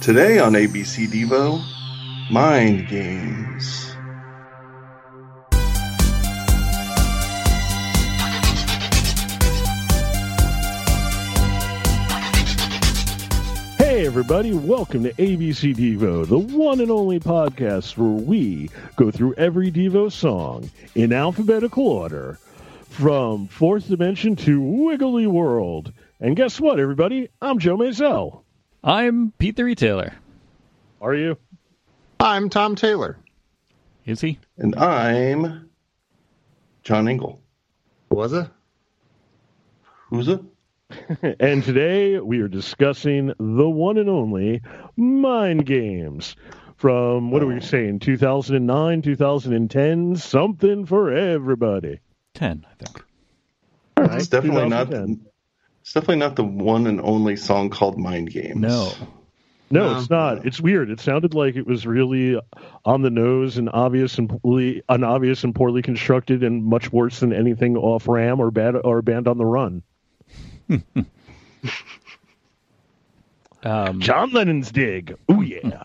Today on ABC Devo, Mind Games. Hey, everybody, welcome to ABC Devo, the one and only podcast where we go through every Devo song in alphabetical order from Fourth Dimension to Wiggly World. And guess what, everybody? I'm Joe Mazel. I'm Pete the Retailer. Are you? I'm Tom Taylor. Is he? And I'm John Engel. Was it? Who's it? And today we are discussing the one and only Mind Games from, what are we saying, 2009, 2010, something for everybody. Ten, I think. It's definitely not. 2010. It's definitely not the one and only song called Mind Games. No. No, No. it's not. It's weird. It sounded like it was really on the nose and obvious and poorly, unobvious and poorly constructed, and much worse than anything off Ram or bad or Band on the Run. Um, John Lennon's dig. Oh yeah.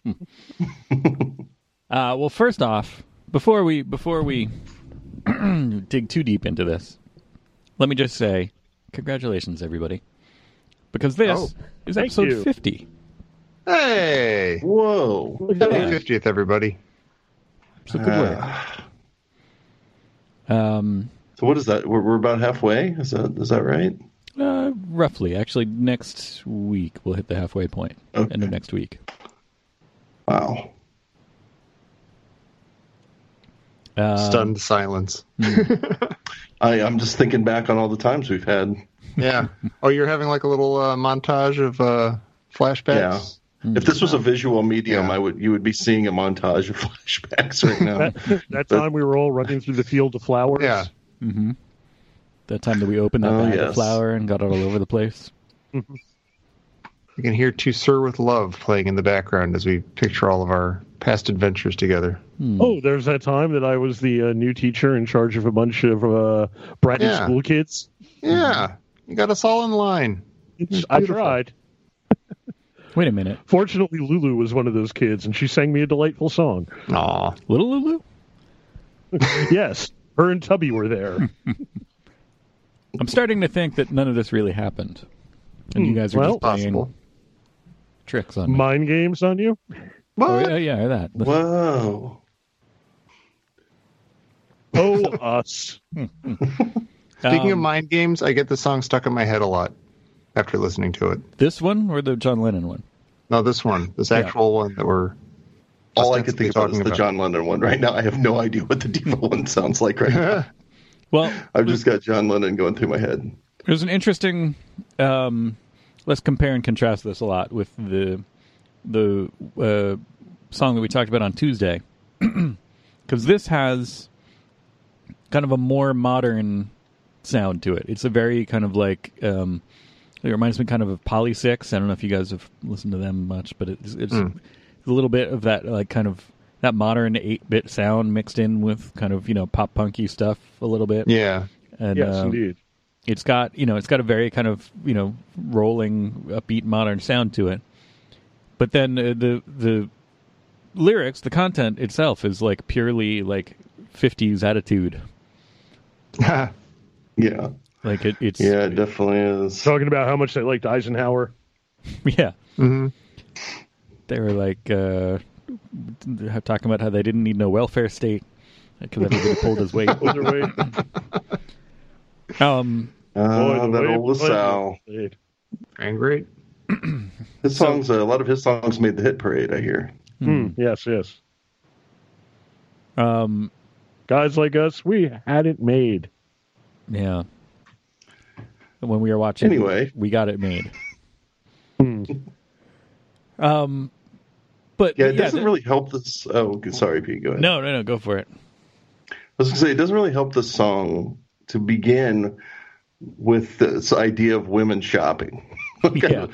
uh, well, first off, before we before we dig too deep into this, let me just say, congratulations, everybody, because this Oh. is Thank episode you. fifty. Hey! Whoa. Look at Happy that. 50th, everybody. So good Ah. work. Um, so what is that? We're, we're about halfway. Is that is that right? uh, roughly, actually, next week we'll hit the halfway point. Okay. End of next week. Wow. Um, Stunned silence. I, I'm just thinking back on all the times we've had. Yeah. oh, you're having like a little uh, montage of uh, flashbacks? If this was a visual medium, Yeah. I would you would be seeing a montage of flashbacks right now. That, that time we were all running through the field of flowers. Yeah. mhm. That time that we opened that Oh, bag yes. of flour and got it all over the place. You can hear To Sir with Love playing in the background as we picture all of our past adventures together. Hmm. Oh, there's that time that I was the uh, new teacher in charge of a bunch of uh, bratty Yeah. school kids. Yeah. You got us all in line. I beautiful. tried. Wait a minute, Fortunately, Lulu was one of those kids, and she sang me a delightful song. Aw. little Lulu. yes, her and Tubby were there. I'm starting to think that none of this really happened, and you guys are well, just playing Hmm, Possible. tricks on me. Mind games on you? Oh, What? yeah, yeah, or that. Whoa. Oh, us. Speaking of Um, mind games, I get the song stuck in my head a lot after listening to it. this one or the John Lennon one, No, this one. This actual one that we're All I could ostensibly think about is talking the John Lennon one right now. I have no idea what the Diva one sounds like right now. well, I've just got John Lennon going through my head. there's an interesting. Um, let's compare and contrast this a lot with the the uh, song that we talked about on Tuesday, because this has kind of a more modern sound to it. It's a very kind of like um, it reminds me kind of of Poly Six. I don't know if you guys have listened to them much, but it's it's a little bit of that like kind of that modern eight bit sound mixed in with kind of you know pop punky stuff a little bit. Yeah. And, Yes, uh, indeed. it's got you know it's got a very kind of you know rolling upbeat modern sound to it but then uh, the the lyrics the content itself is like purely like 50s attitude Yeah. like it, it's Yeah, it definitely is. Talking about how much they liked Eisenhower. yeah Mm-hmm. hmm they were like uh talking about how they didn't need no welfare state because everybody pulled his weight Other way. um Ah, Boy, the that way old Clinton LaSalle. played. Angry? His songs, uh, a lot of his songs made the hit parade, I hear. Hmm, yes, yes. Hmm. um Guys like us, we had it made. yeah when we were watching Anyway. we got it made Hmm. um but Yeah, it doesn't th- really help this. Oh, good- sorry, Pete. Go ahead. No, no, no. Go for it. I was going to say, it doesn't really help the song to begin with this idea of women shopping. Okay. Yeah.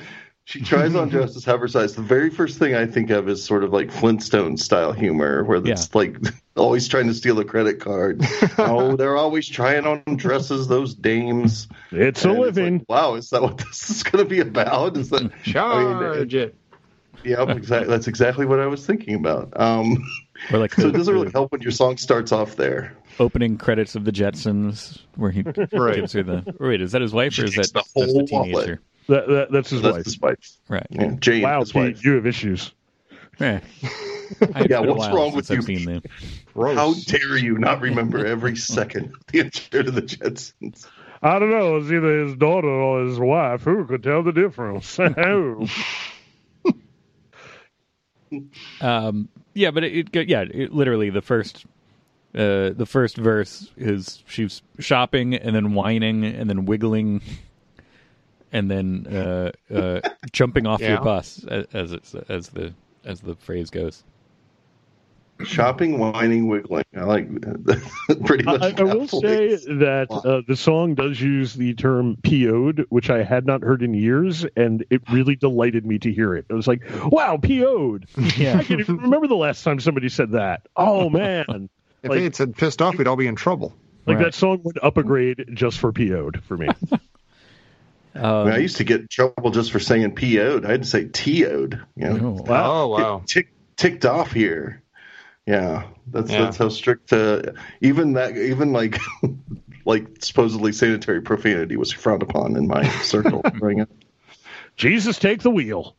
She tries on dresses half her size. The very first thing I think of is sort of like Flintstone style humor, where it's like always trying to steal a credit card. oh, they're always trying on dresses, those dames. It's a And it's like, living. wow, is that what this is going to be about? Is that I mean, Charge it. Yep, exactly. That's exactly what I was thinking about. Um, Or like so the, it doesn't really the help when your song starts off there. opening credits of the Jetsons, where he Right. gives her the. Wait, is that his wife or is She takes that the that's the whole teenager? wallet. That, that, that's his That's wife. his wife. Right. Yeah, Jane, wow, his Pete, wife. you have issues. Yeah. Yeah, what's wrong with I've you? seen them. Gross. How dare you not remember every second of the answer to the Jetsons? I don't know. It's either his daughter or his wife. Who could tell the difference? Who? Um, yeah, but it, it go- yeah, it, literally the first uh, the first verse is she's shopping and then whining and then wiggling and then uh, uh, jumping off your Yeah. bus as, as it's as the as the phrase goes. Shopping, whining, wiggling. I like pretty much. I, I will Netflix. say that uh, the song does use the term PO'd, which I had not heard in years, and it really delighted me to hear it. It was like, wow, PO'd. I Yeah, can't even remember the last time somebody said that. Oh, man. If like- they had said pissed off, we'd all be in trouble. Like Right. that song would up a grade just for PO'd for me. I, mean, I um, used to get in trouble just for saying PO'd. I had to say TO'd. You know? no, Wow. Oh Get wow. tick, ticked off here. Yeah, that's Yeah. that's how strict. Uh, even that, even like, like supposedly sanitary profanity was frowned upon in my circle growing up. Jesus, take the wheel.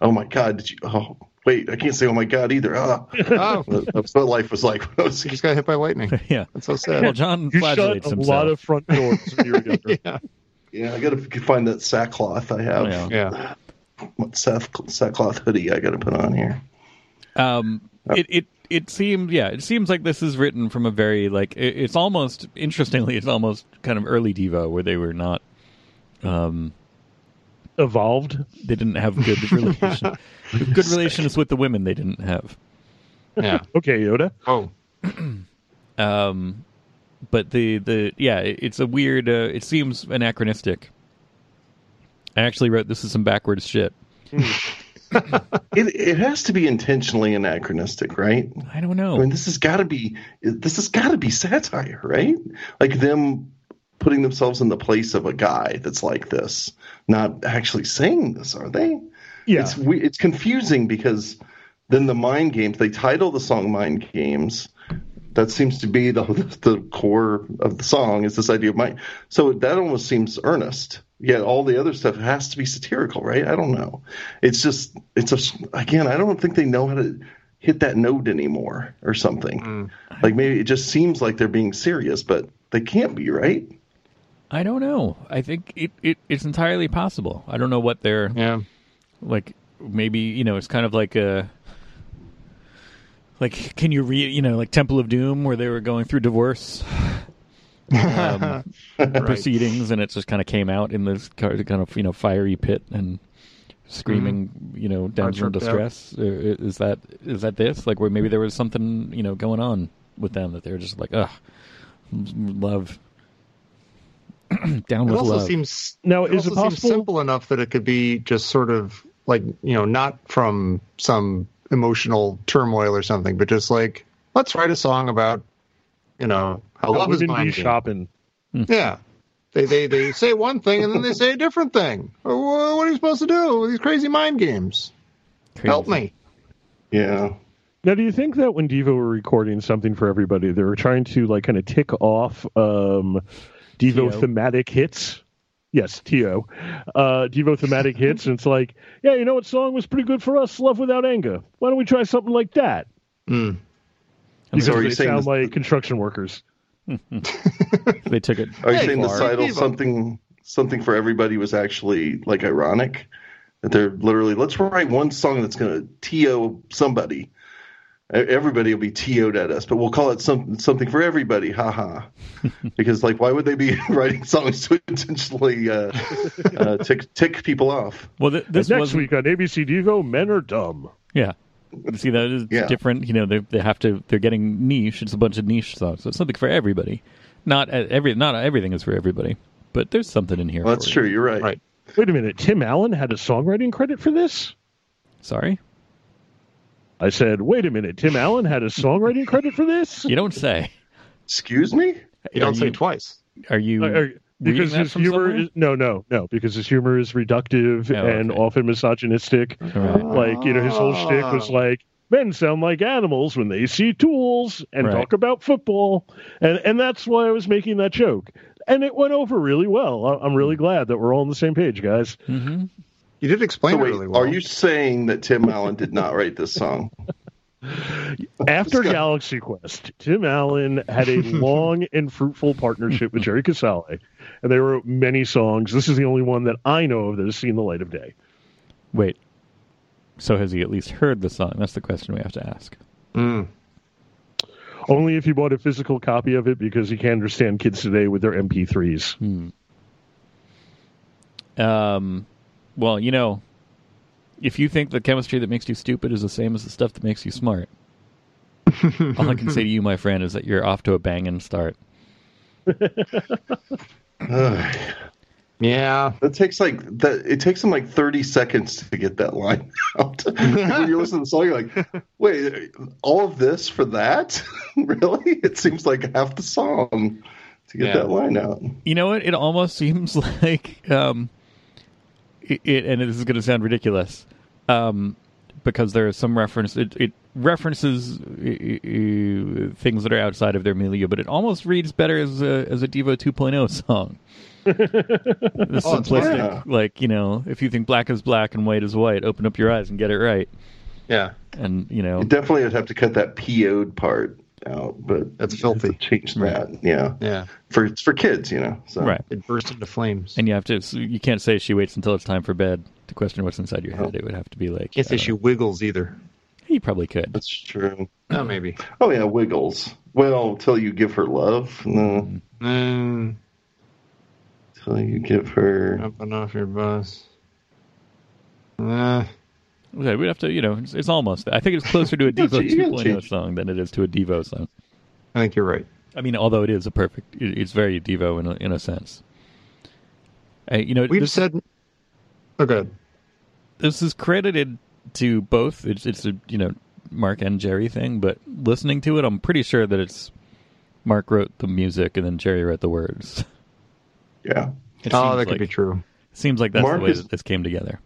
Oh my god! Did you? Oh wait, I can't say oh my god either. Ah, Oh, that's what life was like when I was a he kid. just got hit by lightning. yeah. That's so Well, sad. John You shut flagellates a himself. lot of front doors when you were younger. Yeah. Yeah, I gotta f- find that sackcloth I have. Yeah. Yeah. What sack, sackcloth hoodie I gotta put on here? um it it it seems yeah it seems like this is written from a very like it, it's almost interestingly it's almost kind of early devo where they were not um Evolved. they didn't have good relation good relations with the women they didn't have Yeah. Okay, Yoda. Oh. um but the the yeah it, it's a weird uh, it seems anachronistic i actually wrote this is some backwards shit It it has to be intentionally anachronistic, right? i don't I mean, know this has got to be this has got to be satire, right? Like them putting themselves in the place of a guy that's like this, not actually saying this, are they? Yeah. It's we- it's confusing because then the mind games they title the song mind games. That seems to be the the core of the song is this idea of mind. So that almost seems earnest. Yet all the other stuff has to be satirical, right? I don't know. It's just it's a again. I don't think they know how to hit that note anymore or something. Like maybe it just seems like they're being serious, but they can't be, right? i don't know i think it, it it's entirely possible i don't know what they're Yeah. like maybe you know it's kind of like a like can you read you know like temple of doom where they were going through divorce um, proceedings and it just kind of came out in this kind of kind of, you know fiery pit and screaming you know damsel in tripped out. distress Uh, is that is that this like where maybe there was something you know going on with them that they were just like ugh love down It with also love seems Now, is it also seems possible- simple enough that it could be just sort of like you know not from some emotional turmoil or something, but just like let's write a song about you know how love Women is be blind. shopping. Yeah. They, they they say one thing and then they say a different thing. Wha- What are you supposed to do with these crazy mind games? Crazy. Help me. Yeah. Now, do you think that when Devo were recording something for everybody, they were trying to like kind of tick off um, Devo T.O. thematic hits? Yes, T.O. Uh, Devo thematic hits, and it's like, yeah, you know what song was pretty good for us? Love Without Anger. Why don't we try something like that? Mm. And Because so are you they saying sound this- like construction workers. they took it Are you Hey, saying the Clark. title Devo. something something for everybody was actually like ironic? That they're literally let's write one song that's gonna to somebody. E- Everybody will be to'd at us, but we'll call it some, something for everybody. Ha ha. because like, why would they be writing songs to intentionally uh, uh, tick tick people off? well th- this Next was week on ABC Devo, men are dumb. Yeah. See, that is Yeah. different. You know, they they have to. They're getting niche. It's a bunch of niche songs, so it's something for everybody. Not at every. Not everything is for everybody, but there's something in here. Well, that's for you. true. You're right. Right. Wait a minute, Tim Allen had a songwriting credit for this? Sorry, I said, wait a minute, Tim Allen had a songwriting credit for this? you don't say. Excuse me. You don't Are say you- twice. Are you? Are- are- reading because that his from humor somewhere? is no, no, no. Because his humor is reductive Oh, and okay. often misogynistic. Right. Like you know, his whole shtick was like men sound like animals when they see tools and Right. talk about football, and and that's why I was making that joke, and it went over really well. I- I'm really glad that we're all on the same page, guys. hmm You did explain So it wait, really well. are you saying that Tim Allen did not write this song? After Let's go. Galaxy Quest, Tim Allen had a long and fruitful partnership with Jerry Casale, and they wrote many songs. This is the only one that I know of that has seen the light of day. Wait. So has he at least heard the song? That's the question we have to ask. Mm. Only if you bought a physical copy of it, because you can't understand kids today with their MP3s. Um, well, you know, if you think the chemistry that makes you stupid is the same as the stuff that makes you smart, all I can say to you, my friend, is that you're off to a banging start. Ugh. Yeah. That takes like that. It takes them like thirty seconds to get that line out. when you listen to the song, you're like, "Wait, all of this for that? really? It seems like half the song to get Yeah. that line out." You know what? It almost seems like um, it, it and this is going to sound ridiculous um, because there is some reference. It, it references uh, uh, things that are outside of their milieu, but it almost reads better as a as a Devo 2.0 song. the Oh, it's- simplistic, yeah. like you know, if you think black is black and white is white, open up your eyes and get it right. Yeah. And you know, You definitely would have to cut that PO'd part out, but That's you have to filthy. Change that, yeah. Yeah. For it's for kids, you know. So. right? It burst into flames. And you have to. so You can't say she waits until it's time for bed to question what's inside your head. It would have to be like Can't I say don't she wiggles either. know. You probably could. That's true. Oh, maybe. Oh yeah, Wiggles. Well, till you give her love, no. Mm, Till you give her. up and off your bus. Uh, Okay, we'd have to, you know, it's, it's almost. I think it's closer to a You Devo gotta change- you gotta 2.0 change. song than it is to a Devo song. I think you're right. I mean, although it is a perfect, it, it's very Devo in a, in a sense. Uh, you know, We've this, said. Oh, good. this is credited to both. It's it's a you know Mark and Jerry thing, but listening to it, I'm pretty sure that it's Mark wrote the music and then Jerry wrote the words. Yeah. It Oh, that seems could be like- true. Seems like that's Mark the way is- that this came together.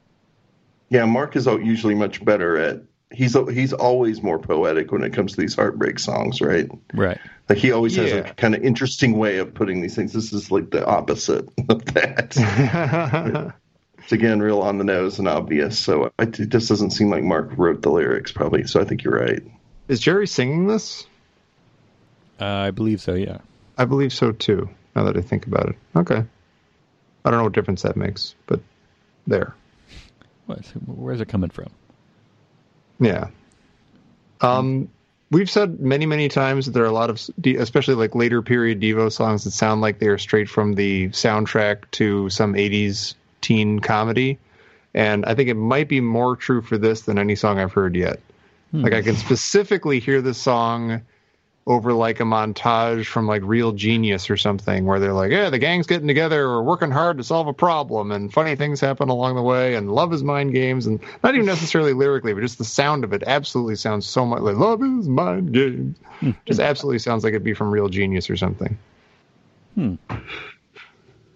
Yeah, Mark is al- usually much better at. He's he's always more poetic when it comes to these heartbreak songs, right? Right. Like he always has Yeah. a kind of interesting way of putting these things. This is like the opposite of that. it's again real on the nose and obvious. So it it just doesn't seem like Mark wrote the lyrics, probably. So I think you're right. Is Jerry singing this? Uh, I believe so. Yeah. I believe so too. Now that I think about it. Okay. I don't know what difference that makes, but there. What? Where's it coming from? Yeah. Um, we've said many, many times that there are a lot of, s- de- especially like later period Devo songs that sound like they are straight from the soundtrack to some 80s teen comedy. And I think it might be more true for this than any song I've heard yet. Like I can specifically hear the song over like a montage from like Real Genius or something where they're like, yeah, the gang's getting together, we're working hard to solve a problem, and funny things happen along the way, and love is mind games, and not even necessarily lyrically, but just the sound of it absolutely sounds so much like love is mind games. Hmm. just absolutely sounds like it'd be from Real Genius or something.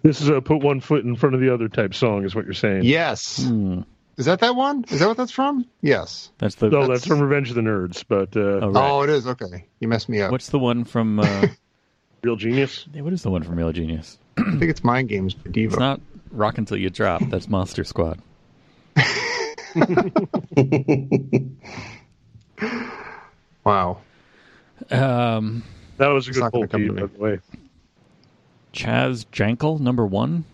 This is a put one foot in front of the other type song, is what you're saying. Yes. Hmm. Is that that one? Is that what that's from? Yes. That's the. uh, No, that's, from Revenge of the Nerds, but uh, Oh, right. Oh, it is. Okay. You messed me up. What's the one from? Uh, Real Genius. Hey, what is the one from Real Genius? I think it's Mind Games by Devo. It's not Rock Until You Drop. That's Monster Squad. wow. Um, That was a It's good not gonna pull, come to Pete, me. by the way. Chaz Jankel, number one.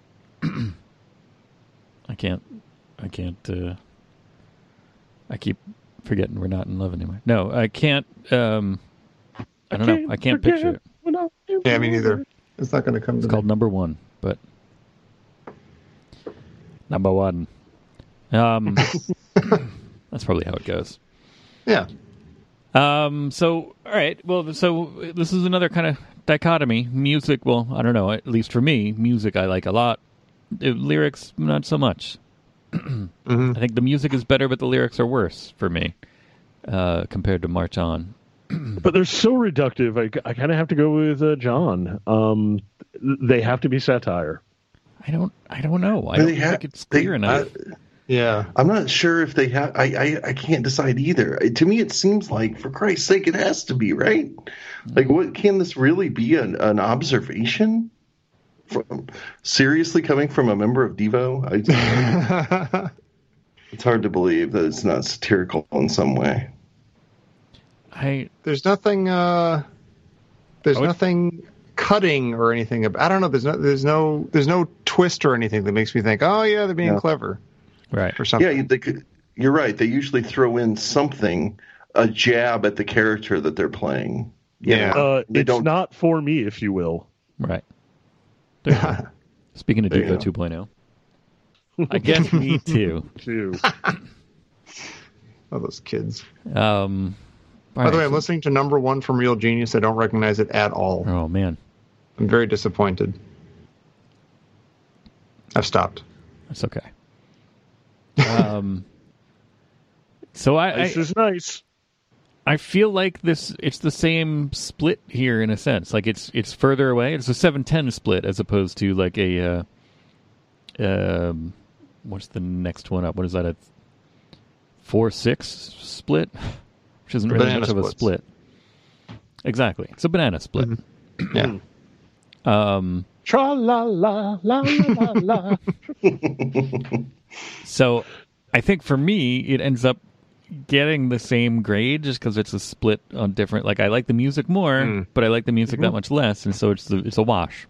I can't. I can't. Uh, I keep forgetting we're not in love anymore. No, I can't. Um, I don't know. I can't forget picture it. when I- Yeah, me neither. It's not going to come to It's me. called Number One, but Number One. Um, that's probably how it goes. Yeah. Um. So, all right. Well, so this is another kind of dichotomy. Music. Well, I don't know. At least for me, music I like a lot. The lyrics, not so much. Mm-hmm. I think the music is better, but the lyrics are worse for me uh, compared to March On. but they're so reductive. I, I kind of have to go with uh, John. Um, they have to be satire. I don't. I don't know. I don't They think ha- it's they- uh, clear enough. I, Yeah. I'm not sure if they have. I, I I can't decide either. I- To me, it seems like for Christ's sake, it has to be right. Like, what can this really be? An an observation from seriously coming from a member of Devo? I, it's hard to believe that it's not satirical in some way. I there's nothing uh there's I would- nothing cutting or anything ab- i don't know there's no there's no there's no twist or anything that makes me think oh yeah they're being No. clever right. or something Yeah, they could, you're right. They usually throw in something, a jab at the character that they're playing. You Yeah. know, Uh, they it's don't- not for me, if you will. Right. There you go. Speaking of There you Devo go. 2.0, oh, I guess me too. Too. oh those kids Um, all by the right, way i'm so- listening to number one from real genius i don't recognize it at all oh man, i'm very disappointed i've stopped that's okay. Um, so I, I this is nice. I feel like this it's the same split here in a sense. Like it's it's further away. It's a seven ten split as opposed to like a uh, um what's the next one up? What is that a four six split? Which isn't really Banana much of a splits. Mm-hmm. split. Exactly. It's a banana split. yeah Um Tra la la la la la. so I think for me it ends up getting the same grade just because it's a split on different like I like the music more, Mm. but I like the music that much less, and so it's the, it's a wash.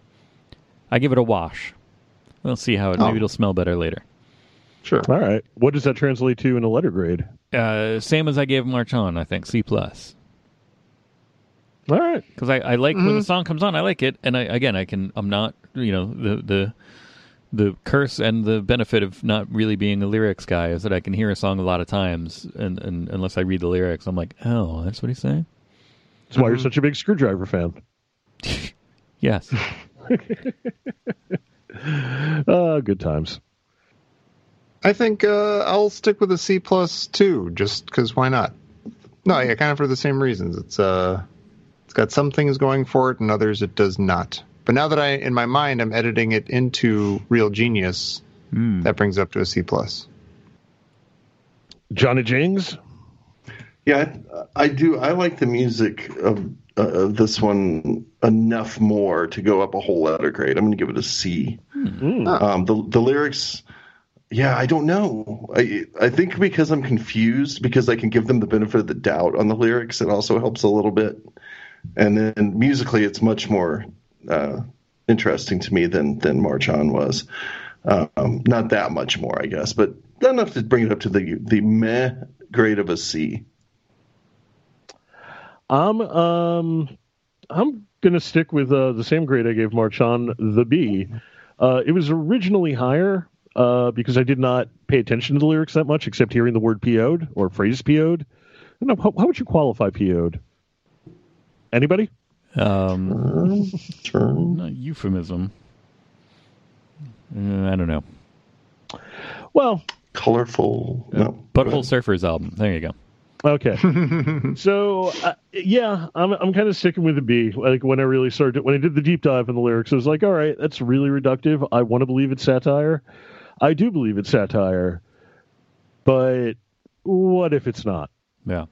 I give it a wash. We'll see how it Oh. maybe it'll smell better later. sure All right. What does that translate to in a letter grade? Uh, same as I gave March on, I think C plus All right. because I, I like when the song comes on, I like it, and I again I can I'm not you know the the the curse and the benefit of not really being a lyrics guy is that I can hear a song a lot of times, and, and unless I read the lyrics, I'm like, oh, that's what he's saying. That's why you're such a big screwdriver fan. Yes. Uh, good times. i think uh i'll stick with a c plus too just because why not no yeah kind of for the same reasons it's uh It's got some things going for it and others it does not. But now that I, in my mind, I'm editing it into Real Genius, Hmm. that brings up to a C plus. Johnny Jings. Yeah, I, I do. I like the music of, uh, of this one enough more to go up a whole letter grade. I'm going to give it a C. Um, the the lyrics, yeah, I don't know. I I think because I'm confused because I can give them the benefit of the doubt on the lyrics. It also helps a little bit, and then musically, it's much more uh, interesting to me than than March On was. Um, not that much more, I guess, but enough to bring it up to the the meh grade of a C. I'm um I'm gonna stick with uh, the same grade I gave Marchand the B. Uh, it was originally higher uh, because I did not pay attention to the lyrics that much, except hearing the word "po'd" or phrase "po'd." I don't know how, how would you qualify "po'd"? Anybody? Um, Turn, turn. not euphemism. Uh, I don't know. Well, colorful. No, Butthole Surfers album. There you go. Okay. so uh, yeah, I'm I'm kind of sticking with the B. Like when I really started, when I did the deep dive on the lyrics, I was like, all right, that's really reductive. I want to believe it's satire. I do believe it's satire, but what if it's not? Yeah.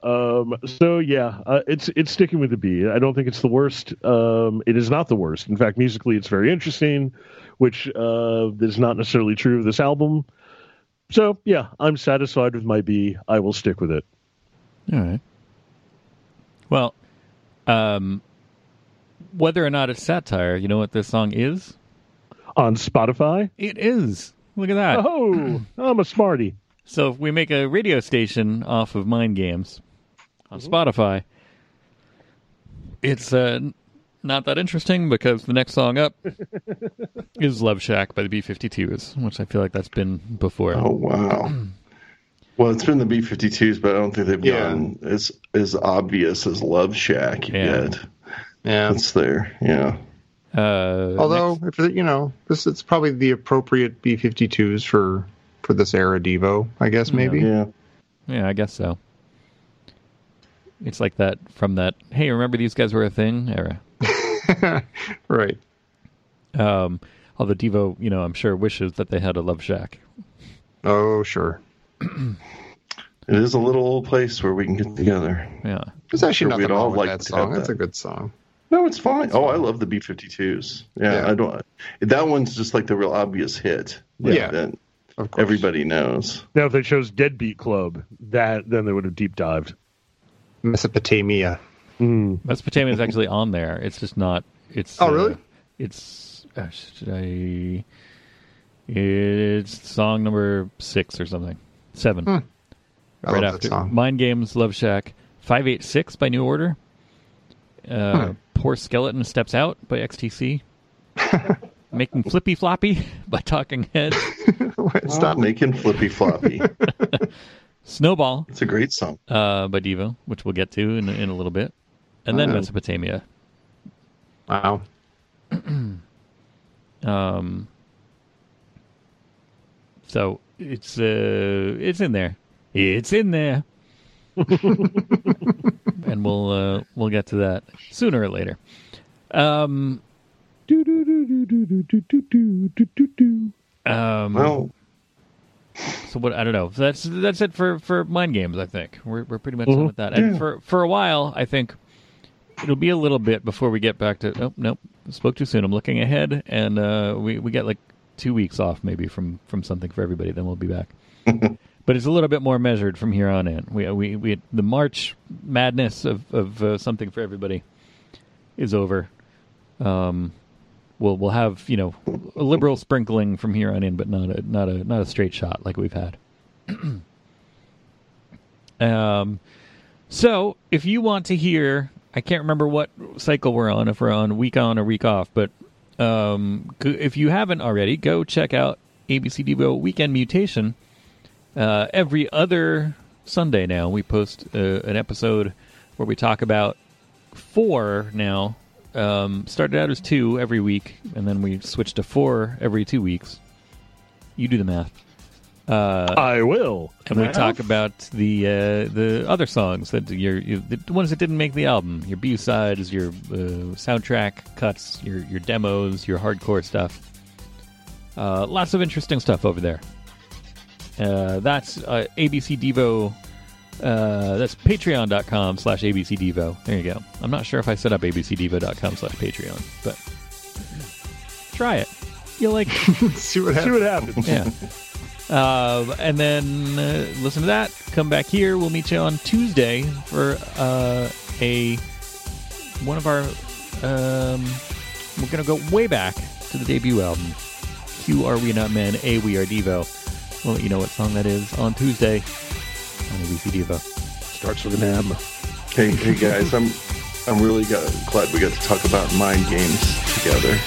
Um, so yeah, uh, it's it's sticking with the B. I don't think it's the worst. Um, it is not the worst. In fact, musically, it's very interesting, which uh, is not necessarily true of this album. So yeah, I'm satisfied with my B. I will stick with it. All right. Well, um, whether or not it's satire, you know what this song is? on Spotify. It is. Look at that. Oh, I'm a smarty. So if we make a radio station off of Mind Games on Spotify, it's uh, n- not that interesting because the next song up is Love Shack by the B-52s, which I feel like that's been before. Oh wow. Well, it's been the B-52s, but I don't think they've Yeah. gone as as obvious as Love Shack Yeah. yet. Yeah. That's there, yeah. Uh, Although, next- if it- you know, this it's probably the appropriate B fifty twos for for this era Devo, I guess maybe. Yeah. Yeah, I guess so. It's like that from that. Hey, remember these guys were a thing era. right. Um, although Devo, you know, I'm sure wishes that they had a Love Shack. Oh, sure. It is a little old place where we can get together. Yeah. It's actually Sure, nothing we'd all wrong with like that to have song. That's that. a good song. No, it's fine. Oh, I love the B 52s. Yeah, Yeah. I don't. That one's just like the real obvious hit. Yeah. that Of course. everybody knows. Now, if they chose Deadbeat Club, that then they would have deep dived. Hmm. Mesopotamia. Mesopotamia is actually on there. It's just not. It's uh, Oh, really? It's uh, should I? It's song number six or something, seven. Hmm, I right love after that song. Mind Games, Love Shack, five eight six by New Order. Uh, Hmm. Poor skeleton steps out by XTC. Making flippy floppy by Talking Heads. it's Stop not making flippy floppy. Snowball it's a great song. uh, by Devo, which we'll get to in, in a little bit, and then Oh. Mesopotamia. wow. Um, so it's uh, it's in there. It's in there. and we'll uh, we'll get to that sooner or later. Um, Do, do, do, do, do, do, do, do, do, do, do, do. um, Well, so what I don't know. So that's that's it for for mind games. I think we're we're pretty much done with that. And for for a while, I think it'll be a little bit before we get back to. Oh nope, spoke too soon. I'm looking ahead, and uh, we we get like two weeks off maybe from from something for everybody. Then we'll be back. but it's a little bit more measured from here on in. We we we the March madness of of uh, something for everybody is over. Um, we'll we'll have you know a liberal sprinkling from here on in, but not a not a not a straight shot like we've had. um, so if you want to hear, I can't remember what cycle we're on, if we're on week on or week off, but um, go- if you haven't already, go check out ABC Devo Weekend Mutation. Uh, every other Sunday now, we post uh, an episode where we talk about four now. Um, started out as two every week, and then we switched to four every two weeks. You do the math. I will. And Uh, we talk about the uh, the other songs that your you, the ones that didn't make the album, your B sides, your uh, soundtrack cuts, your your demos, your hardcore stuff. Uh, lots of interesting stuff over there. Uh, that's uh, ABC Devo. Uh, that's patreon.com slash ABC Devo. There you go. I'm not sure if I set up abcdevo.com slash Patreon, but try it. You'll like it. See See what happens. what happens. Yeah. Uh, and then uh, listen to that. Come back here. We'll meet you on Tuesday for uh, a one of our. Um, we're gonna go way back to the debut album. Q are we not men? A we are Devo. We'll let you know what song that is on Tuesday on ABC Devo. Starts with an M. hey, hey guys, I'm I'm really got, glad we got to talk about mind games together.